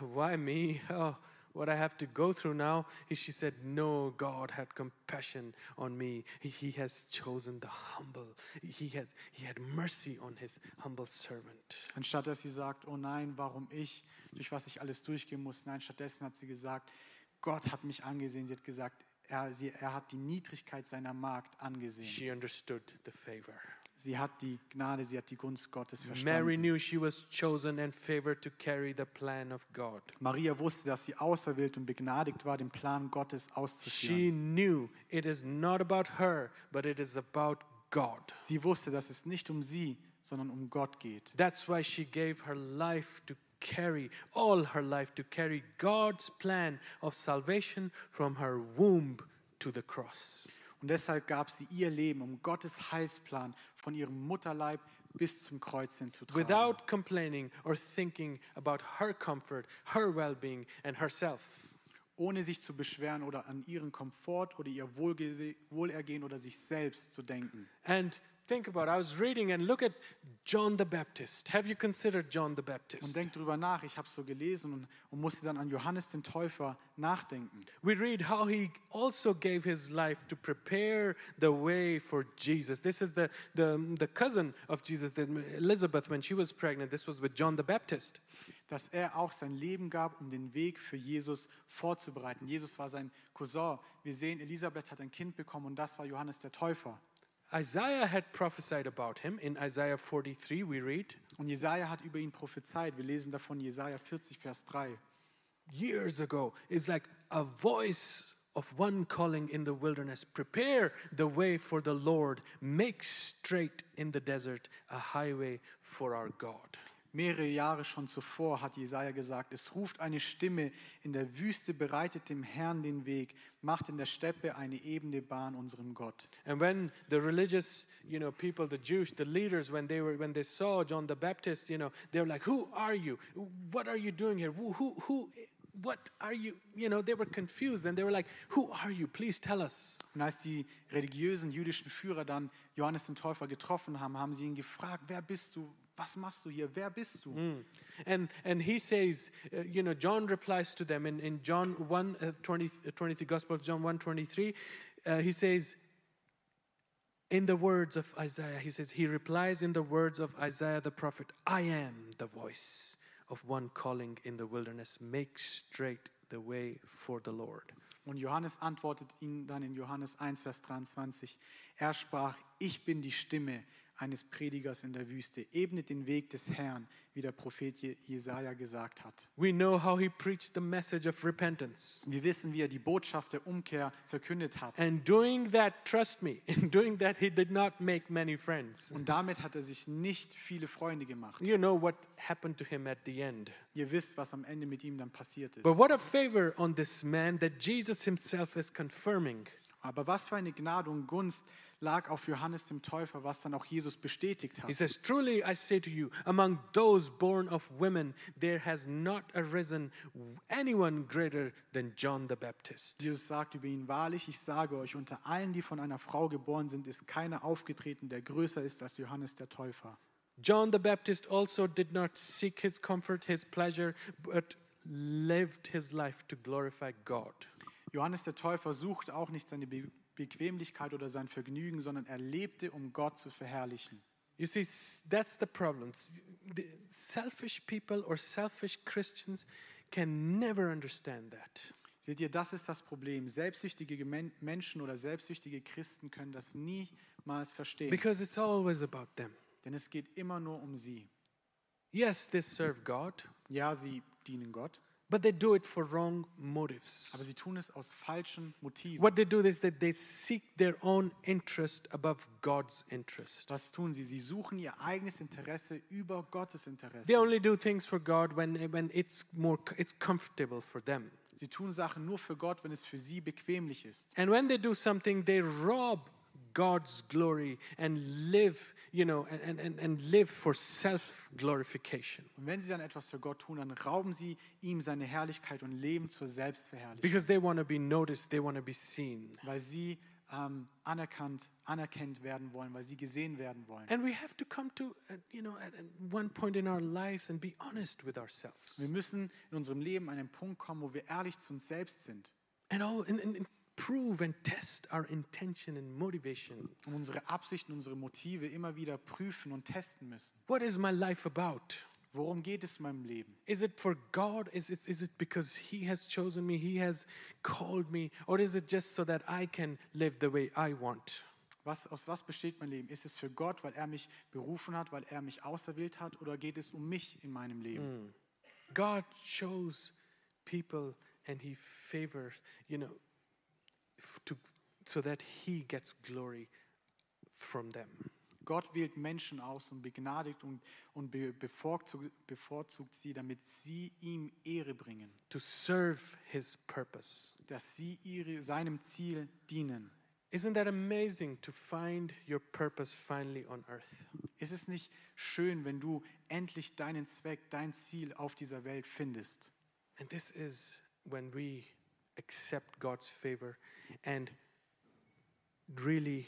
why me? Oh, what I have to go through now. She said, No, God had compassion on me. He- He has chosen the humble. He had, he had mercy on his humble servant.
Anstatt dass sie sagt, oh nein, warum ich, durch was ich alles durchgehen muss. Nein, stattdessen hat sie gesagt, Gott hat mich angesehen. Sie hat gesagt, er, sie, er hat die Niedrigkeit seiner Magd angesehen.
She understood the favor.
Sie hat die Gnade, sie hat die Gunst Gottes verstanden.
Mary knew she was chosen and favored to carry the plan of God.
Maria wusste, dass sie auserwählt und begnadigt war, den Plan Gottes auszuführen.
She knew it is not about her, but it is about God.
Sie wusste, dass es nicht um sie, sondern um Gott geht.
That's why she gave her life to carry, all her life to carry God's plan of salvation from her womb to the cross.
Und deshalb gab sie ihr Leben, um Gottes Heilsplan von ihrem Mutterleib bis zum Kreuz hinzutragen.
Without complaining or thinking about her comfort, her well being, and herself.
ohne sich zu beschweren oder an ihren Komfort oder ihr Wohlgese- Wohlergehen oder sich selbst zu denken.
And think about I was reading and look at John the Baptist. Have you considered John the
Und
Baptist?
denkt drüber nach, ich habe es so gelesen und, und musste dann an Johannes den Täufer nachdenken.
We read how he also gave his life to prepare the way for Jesus. This is the, the, the cousin of Jesus, the- Elizabeth, when she was pregnant. This was with John the Baptist.
Dass er auch sein Leben gab, um den Weg für Jesus vorzubereiten. Jesus war sein Cousin. Wir sehen, Elisabeth hat ein Kind bekommen und das war Johannes der Täufer.
Isaiah had prophesied about him. In Isaiah 43, we read
Und Jesaja hat über ihn prophezeit. Wir lesen davon Jesaja 40, Vers 3.
years ago, it's like a voice of one calling in the wilderness prepare the way for the Lord, make straight in the desert a highway for our God.
Mehrere Jahre schon zuvor hat Jesaja gesagt: Es ruft eine Stimme in der Wüste, bereitet dem Herrn den Weg, macht in der Steppe eine ebene Bahn unserem Gott.
And when the religious, you know, people, the Jews, the leaders, when they were, when they saw John the Baptist, you know, they were like, "Who are you? What are you doing here? Who, who, who? What are you?" You know, they were confused, and they were like, "Who are you? Please tell us."
Und als die religiösen jüdischen Führer dann Johannes den Täufer getroffen haben, haben sie ihn gefragt: Wer bist du? Was machst du hier? Wer bist du?
Hmm. And and he says, uh, you know, John replies to them in, in John 1, uh, 20, uh, 23, Gospel of John 1, 23, uh, he says, in the words of Isaiah, he says, he replies in the words of Isaiah the prophet, I am the voice of one calling in the wilderness, make straight the way for the Lord.
Und Johannes antwortet ihnen dann in Johannes 1, Vers 23. Er sprach: Ich bin die Stimme eines Predigers in der Wüste, ebnet den Weg des Herrn, wie der Prophet Je- Jesaja gesagt hat.
We know how he preached the message of repentance.
Wir wissen, wie er die Botschaft der Umkehr verkündet hat.
And doing that, trust me, in doing that, he did not make many friends.
Und damit hat er sich nicht viele Freunde gemacht.
You know what happened to him at the end.
Ihr wisst, was am Ende mit ihm dann passiert ist.
But what a favor on this man that Jesus himself is confirming.
Aber was für eine Gnade und Gunst lag auf Johannes dem Täufer, was dann auch Jesus bestätigt
He
hat.
says, Truly I say to you, among those born of women, there has not arisen anyone greater than John the Baptist.
Jesus sagt über ihn, wahrlich, ich sage euch, unter allen, die von einer Frau geboren sind, ist keiner aufgetreten, der größer ist als Johannes der Täufer.
John the Baptist also did not seek his comfort, his pleasure, but lived his life to glorify God.
Johannes der Täufer suchte auch nicht seine Be Bequemlichkeit oder sein Vergnügen, sondern er lebte, um Gott zu verherrlichen.
You see, s- that's the problem. S- the Selfish people or selfish Christians can never understand that.
Seht ihr, das ist das Problem. Selbstsüchtige Gemen- Menschen oder selbstsüchtige Christen können das niemals verstehen,
Because it's always about them.
denn es geht immer nur um sie.
Yes, they serve God,
Ja, sie dienen Gott,
but they do it for wrong
aber
motives.
sie tun es aus falschen Motiven.
What they do is that they seek their own interest above God's interest.
Was tun sie? Sie suchen ihr eigenes Interesse über Gottes
They
Interesse.
only do things for God when, when it's more it's comfortable for them.
Sie tun Sachen nur für Gott, wenn es für sie bequemlich ist.
And when they do something, they rob God's glory and live, you know, and- and, and, and live for self-glorification.
Und wenn sie dann etwas für Gott tun, dann rauben sie ihm seine Herrlichkeit und leben zur Selbstverherrlichung,
Because they want to be noticed, they want to be seen.
weil sie ähm, anerkannt, anerkannt werden wollen, weil sie gesehen werden wollen.
And we have to come to, uh, you know, at, at one point in our lives and be honest with ourselves.
Wir müssen in unserem Leben an den Punkt kommen, wo wir ehrlich zu uns selbst sind,
and all and, and, and prove and test our intention and motivation.
und unsere Absichten, unsere Motive immer wieder prüfen und testen müssen.
What is my life about?
Worum geht es in meinem Leben?
Is it for God? Is it, is it because He has chosen me? He has called me? Or is it just so that I can live the way I want?
Was, aus was besteht mein Leben? Ist es für Gott, weil er mich berufen hat, weil er mich auserwählt hat, oder geht es um mich in meinem Leben?
God chose people and He favors, you know, f- to, so that He gets glory from them.
Gott wählt Menschen aus und begnadigt und, und be, bevorzugt, bevorzugt sie, damit sie ihm Ehre bringen,
to serve his purpose.
dass sie ihre, seinem Ziel dienen.
Isn't that amazing to find your purpose finally on earth?
Ist es nicht schön, wenn du endlich deinen Zweck, dein Ziel auf dieser Welt findest?
And this is when we accept God's favor and really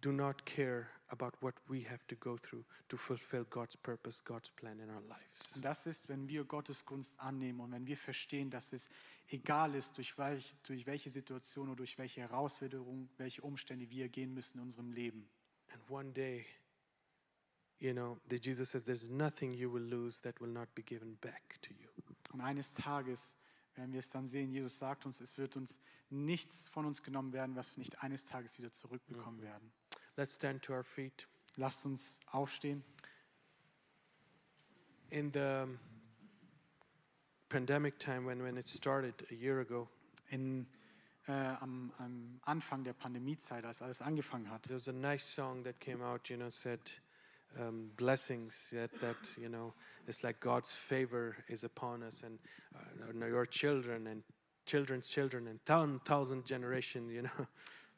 do not care about what we have to go through to fulfill God's purpose, God's plan in our lives.
Und das ist, wenn wir Gottes Gunst annehmen und wenn wir verstehen, dass es egal ist, durch, welch, durch welche Situation oder durch welche Herausforderung, welche Umstände wir gehen müssen in unserem Leben.
And one day, you know, the Jesus says, There's nothing you will lose that will not be given back to you.
Und eines Tages werden wir es dann sehen. Jesus sagt uns, es wird uns nichts von uns genommen werden, was wir nicht eines Tages wieder zurückbekommen werden.
Let's stand to our feet.
Lasst uns aufstehen.
in the um, pandemic time when, when it started a year ago
In, äh, am, am Anfang der Pandemiezeit, als alles angefangen hat.
there was a nice song that came out you know said um, blessings that, that you know it's like god's favor is upon us and uh, and your children and children's children and thousand thousand generation you know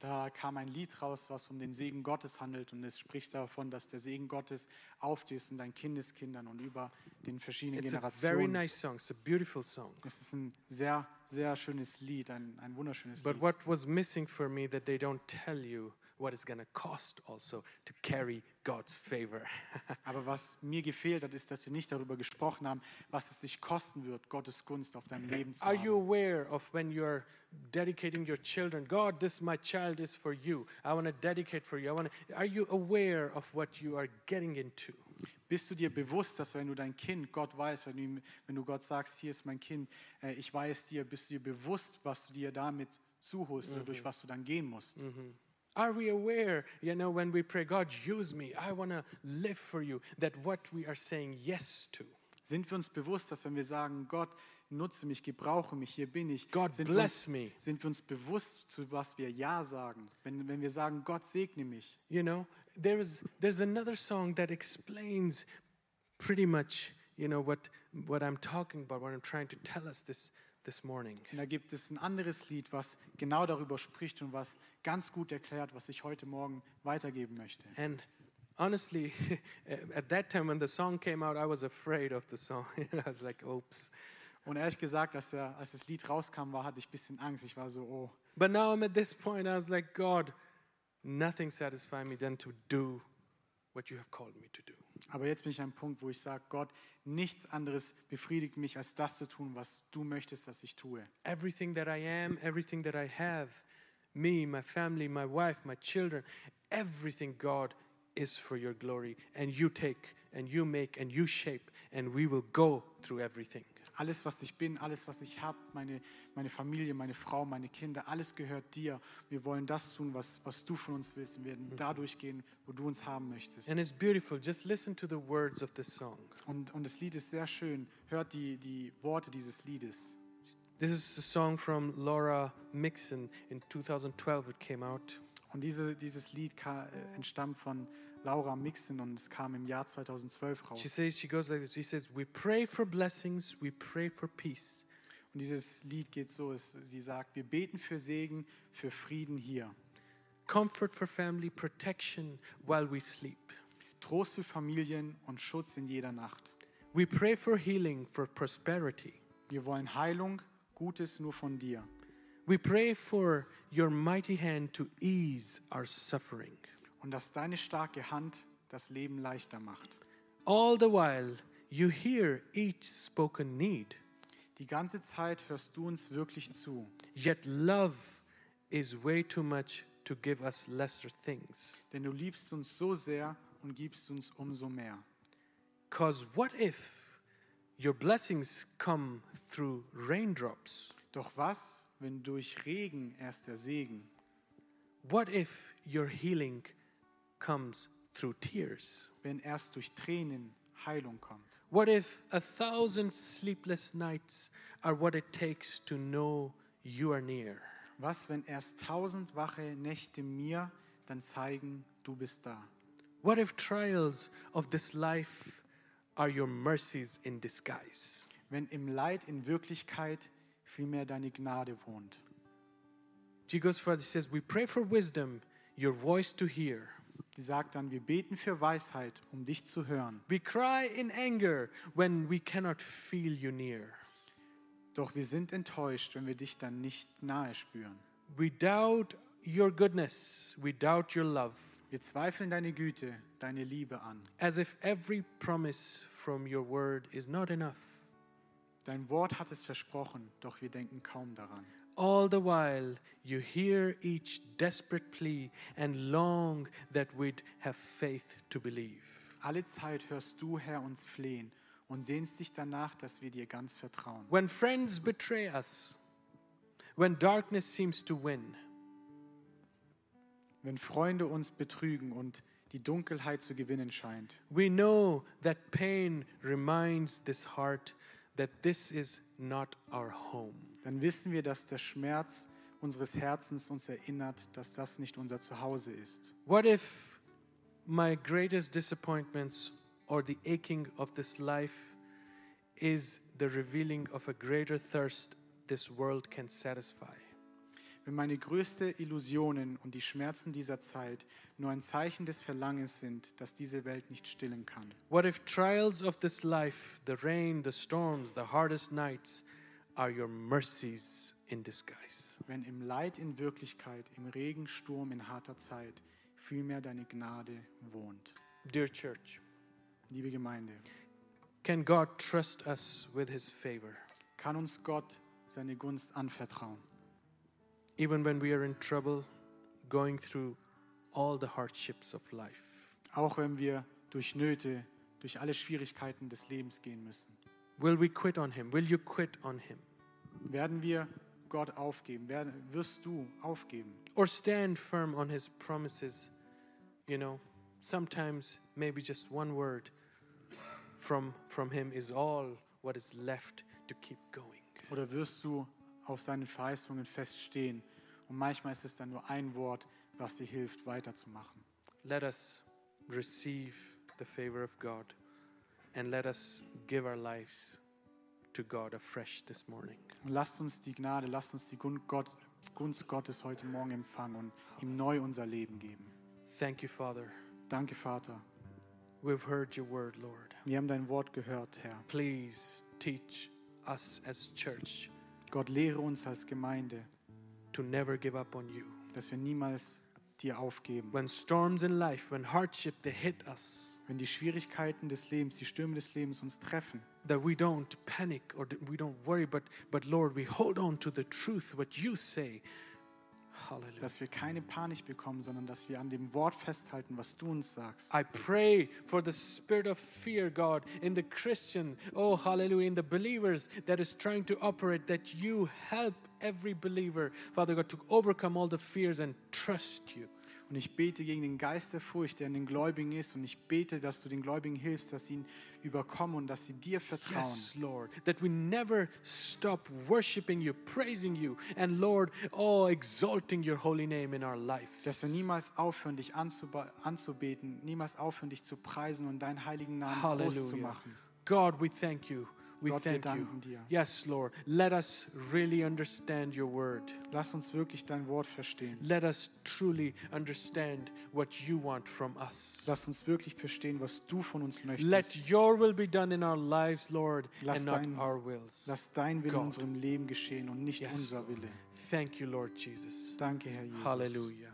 Da kam ein Lied raus, was um den Segen Gottes handelt und es spricht davon, dass der Segen Gottes auf dir ist und deinen Kindeskindern und über den verschiedenen
it's a very
Generationen.
nice song it's a beautiful song
Es ist ein sehr, sehr schönes Lied, ein, ein wunderschönes
but
Lied.
what was missing for me that they don't tell you what it's going to cost also to carry god's favor
Aber was mir gefehlt hat, ist, dass sie nicht darüber gesprochen haben, was es dich kosten wird, Gottes Gunst auf deinem Leben zu
Are you
haben.
aware of when you're dedicating your children? God, this my child is for you. I want to dedicate for you. I want to. Are you aware of what you are getting into?
Bist du dir bewusst, dass wenn du dein Kind, Gott weiß, wenn du, ihm- wenn du Gott sagst, hier ist mein Kind, äh, ich weiß dir, bist du dir bewusst, was du dir damit zuholst
Mhm.
oder durch was du dann gehen musst?
Are we aware, you know, when we pray, God, use me. I want to live for you, that what we are saying yes to.
Sind wir uns bewusst, dass wenn wir sagen, Gott, nutze mich, gebrauche mich, hier bin ich,
God,
sind,
bless
wir
me.
uns, sind wir uns bewusst, zu was wir Ja sagen? Wenn, wenn wir sagen, Gott segne mich,
You know, there is there's another song that explains pretty much, you know, what what I'm talking about, what I'm trying to tell us this this morning.
und da gibt es ein anderes Lied, was genau darüber spricht und was ganz gut erklärt, was ich heute Morgen weitergeben möchte.
And honestly, at that time when the song came out, I was afraid of the song. I was like, oops.
Und ehrlich gesagt, als, der, als das Lied rauskam, war, hatte ich ein bisschen Angst. Ich war so, oh.
But now I'm at this point, I was like, God, nothing satisfies me than to do what you have called me to do.
Aber jetzt bin ich an einem Punkt, wo ich sage, Gott, nichts anderes befriedigt mich, als das zu tun, was du möchtest, dass ich tue.
Everything that I am, everything that I have, me, my family, my wife, my children, everything, God, is for your glory. And you take, and you make, and you shape, and we will go through everything.
Alles, was ich bin, alles, was ich habe, meine, meine Familie, meine Frau, meine Kinder, alles gehört dir. Wir wollen das tun, was, was du von uns willst. Wir werden dadurch gehen, wo du uns haben möchtest.
And it's beautiful. Just listen to the words of this song.
Und, und das Lied ist sehr schön. Hört die, die Worte dieses Liedes.
This is a song from Laura Mixon in 2012. It came out.
Und diese, dieses Lied ka- äh, entstammt von Laura Mixon und es kam im Jahr 2012 raus.
She says, she goes like this. She says, We pray for blessings, we pray for peace,
Und dieses Lied geht so, es, sie sagt, wir beten für Segen, für Frieden hier.
comfort for family, protection while we sleep.
Trost für Familien und Schutz in jeder Nacht.
We pray for healing, for prosperity.
Wir wollen Heilung, Gutes nur von dir.
We pray for your mighty hand to ease our suffering,
und dass deine starke Hand das Leben leichter macht.
all the while you hear each spoken need.
Die ganze Zeit hörst du uns wirklich zu,
Yet love is way too much to give us lesser things.
denn du liebst uns so sehr und gibst uns umso mehr.
Because what if your blessings come through raindrops?
Doch was, wenn durch Regen erst der Segen?
What if your healing comes through tears?
wenn erst durch Tränen Heilung kommt?
What if a thousand sleepless nights are what it takes to know you are near?
Was, wenn erst tausend wache Nächte mir dann zeigen, du bist da?
What if trials of this life are your mercies in disguise?
Wenn im Leid in Wirklichkeit vielmehr deine Gnade wohnt?
Jesus Father says, We pray for wisdom, your voice to hear.
Die sagt dann, wir beten für Weisheit, um dich zu hören.
We cry in anger when we cannot feel you near.
Doch wir sind enttäuscht, wenn wir dich dann nicht nahe spüren.
We doubt your goodness, we doubt your love,
Wir zweifeln deine Güte, deine Liebe an.
as if every promise from your word is not enough.
Dein Wort hat es versprochen, doch wir denken kaum daran.
All the while, you hear each desperate plea and long that we'd have faith to believe.
Alle Zeit hörst du, Herr, uns flehen und sehnst dich danach, dass wir dir ganz vertrauen.
When friends betray us, when darkness seems to win,
Wenn Freunde uns betrügen und die Dunkelheit zu gewinnen scheint,
we know that pain reminds this heart that this is not our home.
dann wissen wir, dass der Schmerz unseres Herzens uns erinnert, dass das nicht unser Zuhause ist.
What if my greatest disappointments or the aching of this life is the revealing of a greater thirst this world can satisfy?
Wenn meine größte Illusionen und die Schmerzen dieser Zeit nur ein Zeichen des Verlangens sind, das diese Welt nicht stillen kann.
What if trials of this life, the rain, the storms, the hardest nights, are your mercies in disguise?
Wenn im Leid in Wirklichkeit, im Regen, Sturm, in harter Zeit vielmehr deine Gnade wohnt.
Dear church,
Liebe Gemeinde,
can God trust us with his favor,
kann uns Gott seine Gunst anvertrauen?
even when we are in trouble, going through all the hardships of life?
auch wenn wir durch Nöte, durch alle Schwierigkeiten des Lebens gehen müssen.
Will we quit on him? Will you quit on him?
Werden wir Gott aufgeben? Werden, wirst du aufgeben?
Or stand firm on his promises? You know, sometimes maybe just one word from, from him is all what is left to keep going.
Oder wirst du auf seinen Verheißungen feststehen? Und manchmal ist es dann nur ein Wort, was dir hilft, weiterzumachen.
Let us receive the favor of God and let us give our lives to God afresh this morning.
Und lasst uns die Gnade, lasst uns die Gun- Gott, Gunst Gottes heute Morgen empfangen und ihm neu unser Leben geben.
Thank you, Father.
Danke, Vater.
We've heard your word, Lord.
Wir haben dein Wort gehört, Herr.
Please teach us as church
Gott, lehre uns als Gemeinde,
to never give up on you.
dass wir niemals dir aufgeben.
When storms in life, when hardship they hit us,
wenn die Schwierigkeiten des Lebens, die Stürme des Lebens uns treffen,
that we don't panic or that we don't worry, but but Lord, we hold on to the truth, what you say. Hallelujah.
dass wir keine Panik bekommen, sondern dass wir an dem Wort festhalten, was du uns sagst.
I pray for the spirit of fear, God, in the Christian, oh hallelujah, in the believers that is trying to operate, that you help every believer, Father God, to overcome all the fears and trust you.
Und ich bete gegen den Geist der Furcht, der in den Gläubigen ist. Und ich bete, dass du den Gläubigen hilfst, dass sie ihn überkommen und dass sie dir vertrauen.
Yes, Lord, that we never stop worshiping you, praising you, and Lord, oh, exalting your holy name in our lives.
Dass wir niemals aufhören, dich anzuba- anzubeten, niemals aufhören, dich zu preisen und deinen heiligen Namen groß zu
Hallelujah.
machen.
God, we thank you We
Gott, wir
thank you.
danken dir.
Yes, Lord. Let us really understand your word.
Lass uns wirklich dein Wort verstehen.
Let us truly understand what you want from us.
Lass uns wirklich verstehen, was du von uns möchtest.
Let your will be done in our lives, Lord,
Lass
and not
dein-
our wills.
Lass dein Wille in
God.
unserem Leben geschehen und nicht
Yes,
unser Wille.
Thank you, Lord Jesus.
Danke, Herr Jesus.
Hallelujah.